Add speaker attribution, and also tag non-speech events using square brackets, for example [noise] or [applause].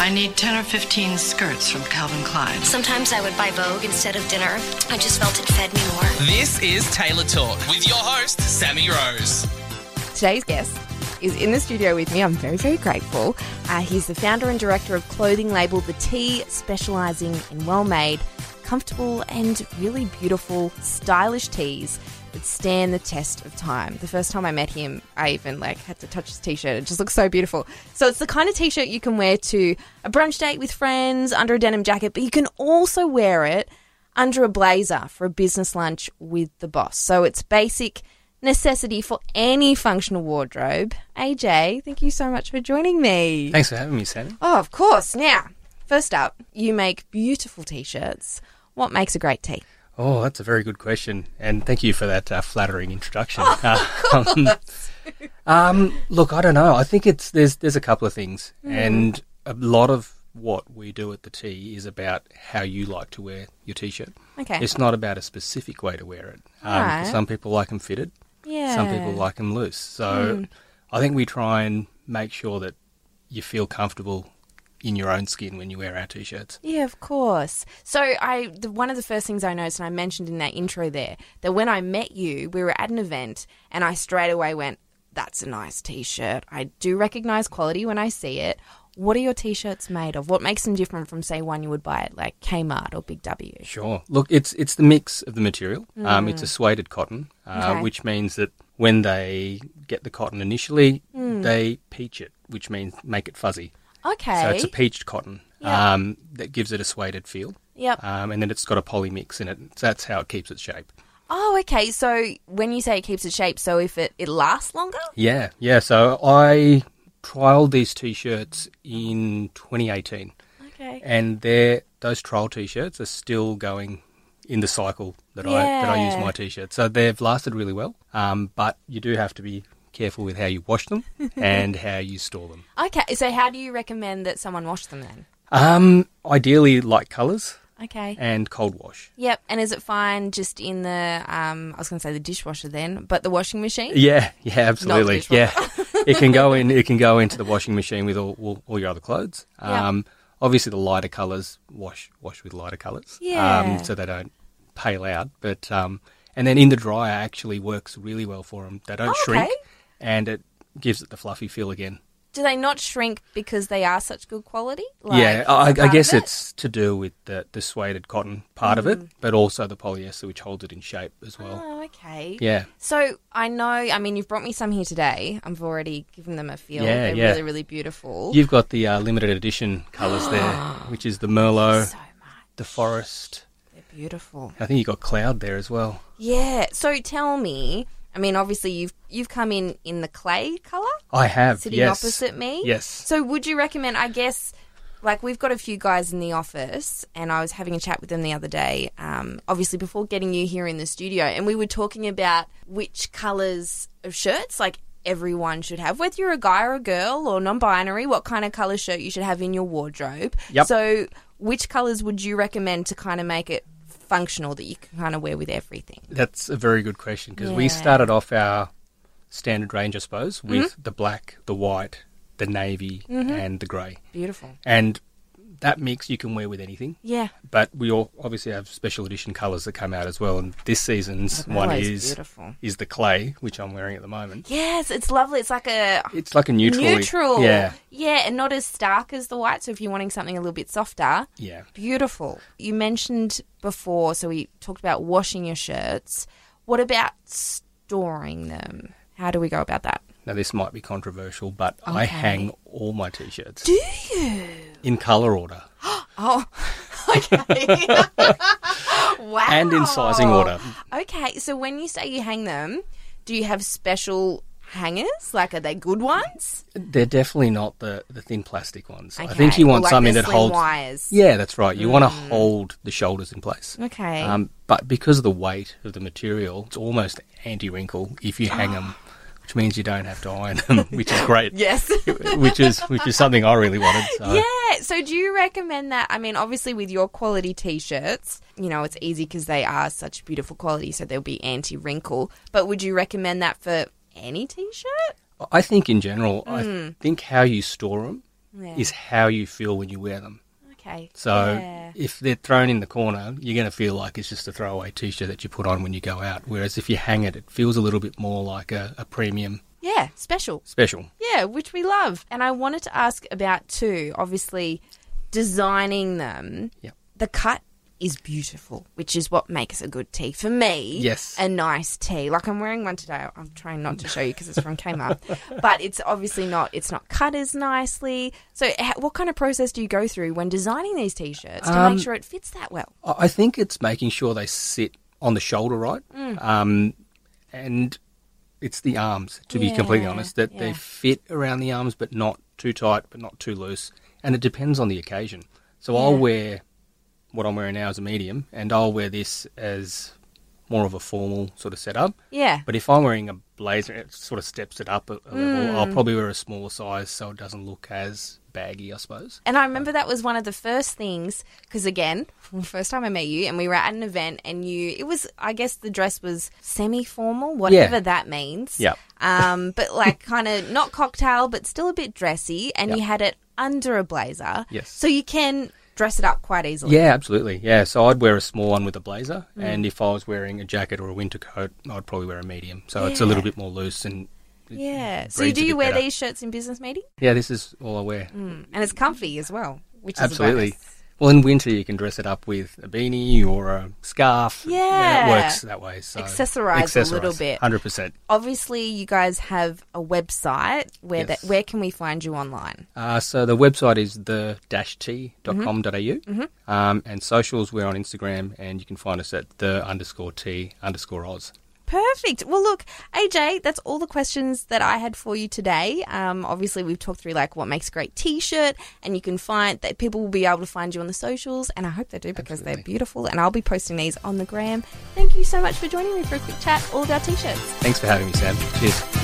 Speaker 1: I need 10 or 15 skirts from Calvin Klein.
Speaker 2: Sometimes I would buy Vogue instead of dinner. I just felt it fed me more.
Speaker 3: This is Taylor Talk with your host, Sammy Rose.
Speaker 4: Today's guest is in the studio with me. I'm very, very grateful. Uh, he's the founder and director of clothing label The Tea, specialising in well made, comfortable, and really beautiful, stylish teas that stand the test of time. The first time I met him, I even like had to touch his t-shirt. It just looks so beautiful. So it's the kind of t-shirt you can wear to a brunch date with friends under a denim jacket, but you can also wear it under a blazer for a business lunch with the boss. So it's basic necessity for any functional wardrobe. AJ, thank you so much for joining me.
Speaker 5: Thanks for having me, Sammy.
Speaker 4: Oh, of course. Now, first up, you make beautiful t-shirts. What makes a great tee?
Speaker 5: Oh, that's a very good question, and thank you for that uh, flattering introduction. [laughs] um, um, look, I don't know. I think it's there's there's a couple of things, and a lot of what we do at the T is about how you like to wear your t-shirt.
Speaker 4: Okay.
Speaker 5: It's not about a specific way to wear it. Um,
Speaker 4: Alright.
Speaker 5: Some people like them fitted.
Speaker 4: Yeah.
Speaker 5: Some people like them loose. So I think we try and make sure that you feel comfortable in your own skin when you wear our t-shirts.
Speaker 4: Yeah, of course. So I, the, one of the first things I noticed, and I mentioned in that intro there, that when I met you, we were at an event, and I straight away went, "That's a nice T-shirt. I do recognize quality when I see it." What are your T-shirts made of? What makes them different from, say, one you would buy at like Kmart or Big W?
Speaker 5: Sure. Look, it's it's the mix of the material. Um, it's a suede cotton, uh,
Speaker 4: Mm. Okay.
Speaker 5: which means that when they get the cotton initially,
Speaker 4: Mm.
Speaker 5: they peach it, which means make it fuzzy.
Speaker 4: Okay.
Speaker 5: So it's a peached cotton
Speaker 4: Yeah.
Speaker 5: um, that gives it a suede feel.
Speaker 4: Yep.
Speaker 5: Um, and then it's got a poly mix in it. So that's how it keeps its shape.
Speaker 4: oh, okay. So when you say it keeps its shape, so if it it lasts longer.
Speaker 5: Yeah, yeah. So I trialed these t-shirts in 2018,
Speaker 4: Okay.
Speaker 5: and they're those trial t-shirts are still going in the cycle that I that I use
Speaker 4: Yeah.
Speaker 5: my t-shirts. So they've lasted really well. Um, but you do have to be careful with how you wash them and how you store them.
Speaker 4: Okay. So how do you recommend that someone wash them then?
Speaker 5: Um, ideally, light colours
Speaker 4: Okay.
Speaker 5: and cold wash.
Speaker 4: Yep, and is it fine just in the um I was going to say the dishwasher then, but the washing machine?
Speaker 5: Yeah, yeah, absolutely. Yeah, it can go in. It can go into the washing machine with all all, all your other clothes.
Speaker 4: Yeah.
Speaker 5: Um, Obviously, the lighter colours wash wash with lighter colours.
Speaker 4: Yeah.
Speaker 5: Um, so they don't pale out. But um, and then in the dryer actually works really well for them. They don't
Speaker 4: Oh,
Speaker 5: shrink,
Speaker 4: okay.
Speaker 5: and it gives it the fluffy feel again.
Speaker 4: Do they not shrink because they are such good quality?
Speaker 5: yeah,
Speaker 4: is
Speaker 5: I,
Speaker 4: that
Speaker 5: I
Speaker 4: part
Speaker 5: guess
Speaker 4: of it?
Speaker 5: it's to do with the the suede cotton part of
Speaker 4: Mm.
Speaker 5: it, but also the polyester which holds it in shape as well.
Speaker 4: Oh, okay.
Speaker 5: Yeah.
Speaker 4: So I know. I mean, you've brought me some here today. I've already given them a feel.
Speaker 5: Yeah,
Speaker 4: They're
Speaker 5: yeah.
Speaker 4: really, really beautiful.
Speaker 5: You've got the uh, limited edition
Speaker 4: [gasps]
Speaker 5: colours there, which is the Merlot,
Speaker 4: so much.
Speaker 5: the Forest.
Speaker 4: They're beautiful.
Speaker 5: I think you got Cloud there as well.
Speaker 4: Yeah. So tell me. I mean, obviously you've you've come in in the clay color.
Speaker 5: I have.
Speaker 4: sitting
Speaker 5: yes.
Speaker 4: opposite me.
Speaker 5: Yes.
Speaker 4: So would you recommend? I guess, like we've got a few guys in the office, and I was having a chat with them the other day. Um, obviously, before getting you here in the studio, and we were talking about which colours of shirts, like. Everyone should have, whether you're a guy or a girl or non binary, what kind of colour shirt you should have in your wardrobe.
Speaker 5: Yep.
Speaker 4: So, which colours would you recommend to kind of make it functional that you can kind of wear with everything?
Speaker 5: That's a very good question because we
Speaker 4: Yeah.
Speaker 5: started off our standard range, I suppose, with
Speaker 4: Mm-hmm.
Speaker 5: the black, the white, the navy, and the grey.
Speaker 4: Beautiful.
Speaker 5: And that mix you can wear with anything.
Speaker 4: Yeah.
Speaker 5: But we all obviously have special edition colours that come out as well. And this season's
Speaker 4: The
Speaker 5: one
Speaker 4: Merlot's
Speaker 5: is
Speaker 4: beautiful.
Speaker 5: is the clay, which I'm wearing at the moment.
Speaker 4: Yes, it's lovely. It's like a
Speaker 5: It's like a neutral.
Speaker 4: neutral.
Speaker 5: Yeah.
Speaker 4: Yeah, and not as stark as the white. So if you're wanting something a little bit softer,
Speaker 5: Yeah.
Speaker 4: beautiful. You mentioned before, so we talked about washing your shirts. What about storing them? How do we go about that?
Speaker 5: Now this might be controversial, but I
Speaker 4: Okay.
Speaker 5: hang all my t-shirts
Speaker 4: Do you?
Speaker 5: in colour order.
Speaker 4: [gasps] Oh, [laughs] okay. wow.
Speaker 5: [laughs] And in sizing order.
Speaker 4: Okay, so when you say you hang them, do you have special hangers? Like, are they good ones?
Speaker 5: They're definitely not the, the thin plastic ones. I think you
Speaker 4: Or
Speaker 5: want
Speaker 4: like
Speaker 5: something
Speaker 4: the
Speaker 5: that
Speaker 4: slim
Speaker 5: holds.
Speaker 4: wires.
Speaker 5: Yeah, that's right. You want to hold the shoulders in place.
Speaker 4: Okay.
Speaker 5: Um, but because of the weight of the material, it's almost anti wrinkle if you
Speaker 4: [gasps]
Speaker 5: hang them, which means you don't have to iron them, [laughs] which is great. [laughs]
Speaker 4: yes.
Speaker 5: which is which is something I really wanted. So.
Speaker 4: Yeah. So, do you recommend that? I mean, obviously, with your quality t shirts, you know, it's easy because they are such beautiful quality, so they'll be anti wrinkle. But would you recommend that for any t shirt?
Speaker 5: I think in general, I think how you store them
Speaker 4: Hmm. Yeah.
Speaker 5: is how you feel when you wear them.
Speaker 4: Okay.
Speaker 5: So
Speaker 4: Yeah.
Speaker 5: if they're thrown in the corner, you're going to feel like it's just a throwaway T-shirt that you put on when you go out. Whereas if you hang it, it feels a little bit more like a, a premium
Speaker 4: yeah, special.
Speaker 5: special.
Speaker 4: Yeah, which we love. And I wanted to ask about too, obviously designing them.
Speaker 5: Yep.
Speaker 4: The cut is beautiful, which is what makes a good tee for me.
Speaker 5: Yes.
Speaker 4: A nice tee. Like I'm wearing one today. I'm trying not to show you because it's from
Speaker 5: [laughs]
Speaker 4: Kmart. but it's obviously not it's not cut as nicely. So ha- what kind of process do you go through when designing these t-shirts to
Speaker 5: Um,
Speaker 4: make sure it fits that well?
Speaker 5: I I think it's making sure they sit on the shoulder right,
Speaker 4: Mm.
Speaker 5: um, and it's the arms. To be completely
Speaker 4: Yeah,
Speaker 5: honest, that they fit around the arms, but not too tight, but not too loose. And it depends on the occasion. So I'll wear what I'm wearing now as a medium, and I'll wear this as more of a formal sort of setup.
Speaker 4: Yeah.
Speaker 5: But if I'm wearing a blazer, it sort of steps it up a, a level. I'll probably wear a smaller size so it doesn't look as baggy, I suppose.
Speaker 4: And I remember that was one of the first things because again, first time I met you, and we were at an event, and you it was I guess the dress was semi-formal, whatever that means.
Speaker 5: Yep.
Speaker 4: Um, but like kind of not cocktail, but still a bit dressy, and you
Speaker 5: Yep.
Speaker 4: had it under a blazer.
Speaker 5: Yes.
Speaker 4: So you can dress it up quite easily.
Speaker 5: Yeah, absolutely. Yeah, so I'd wear a small one with a blazer, and if I was wearing a jacket or a winter coat, I'd probably wear a medium. So it's a little bit more loose and
Speaker 4: Yeah. So
Speaker 5: breathes
Speaker 4: do
Speaker 5: a
Speaker 4: you
Speaker 5: bit
Speaker 4: wear
Speaker 5: better.
Speaker 4: these shirts in business meeting?
Speaker 5: yeah, this is all I wear.
Speaker 4: And it's comfy as well, which is a
Speaker 5: absolutely.
Speaker 4: bonus.
Speaker 5: Well, in winter you can dress it up with a beanie or a scarf.
Speaker 4: Yeah.
Speaker 5: it works that way. So
Speaker 4: Accessorize a little bit.
Speaker 5: Hundred percent.
Speaker 4: Obviously, you guys have a website where
Speaker 5: Yes.
Speaker 4: that where can we find you online?
Speaker 5: Uh, so the website is the t.com.au um, and socials we're on Instagram and you can find us at the underscore t underscore Oz.
Speaker 4: Perfect. Well, look, AJ, that's all the questions that I had for you today. Um, obviously, we've talked through like what makes a great T-shirt, and you can find that people will be able to find you on the socials, and I hope they do because they're beautiful. And I'll be posting these on the gram. Thank you so much for joining me for a quick chat all about T-shirts.
Speaker 5: Thanks for having me, Sam. Cheers.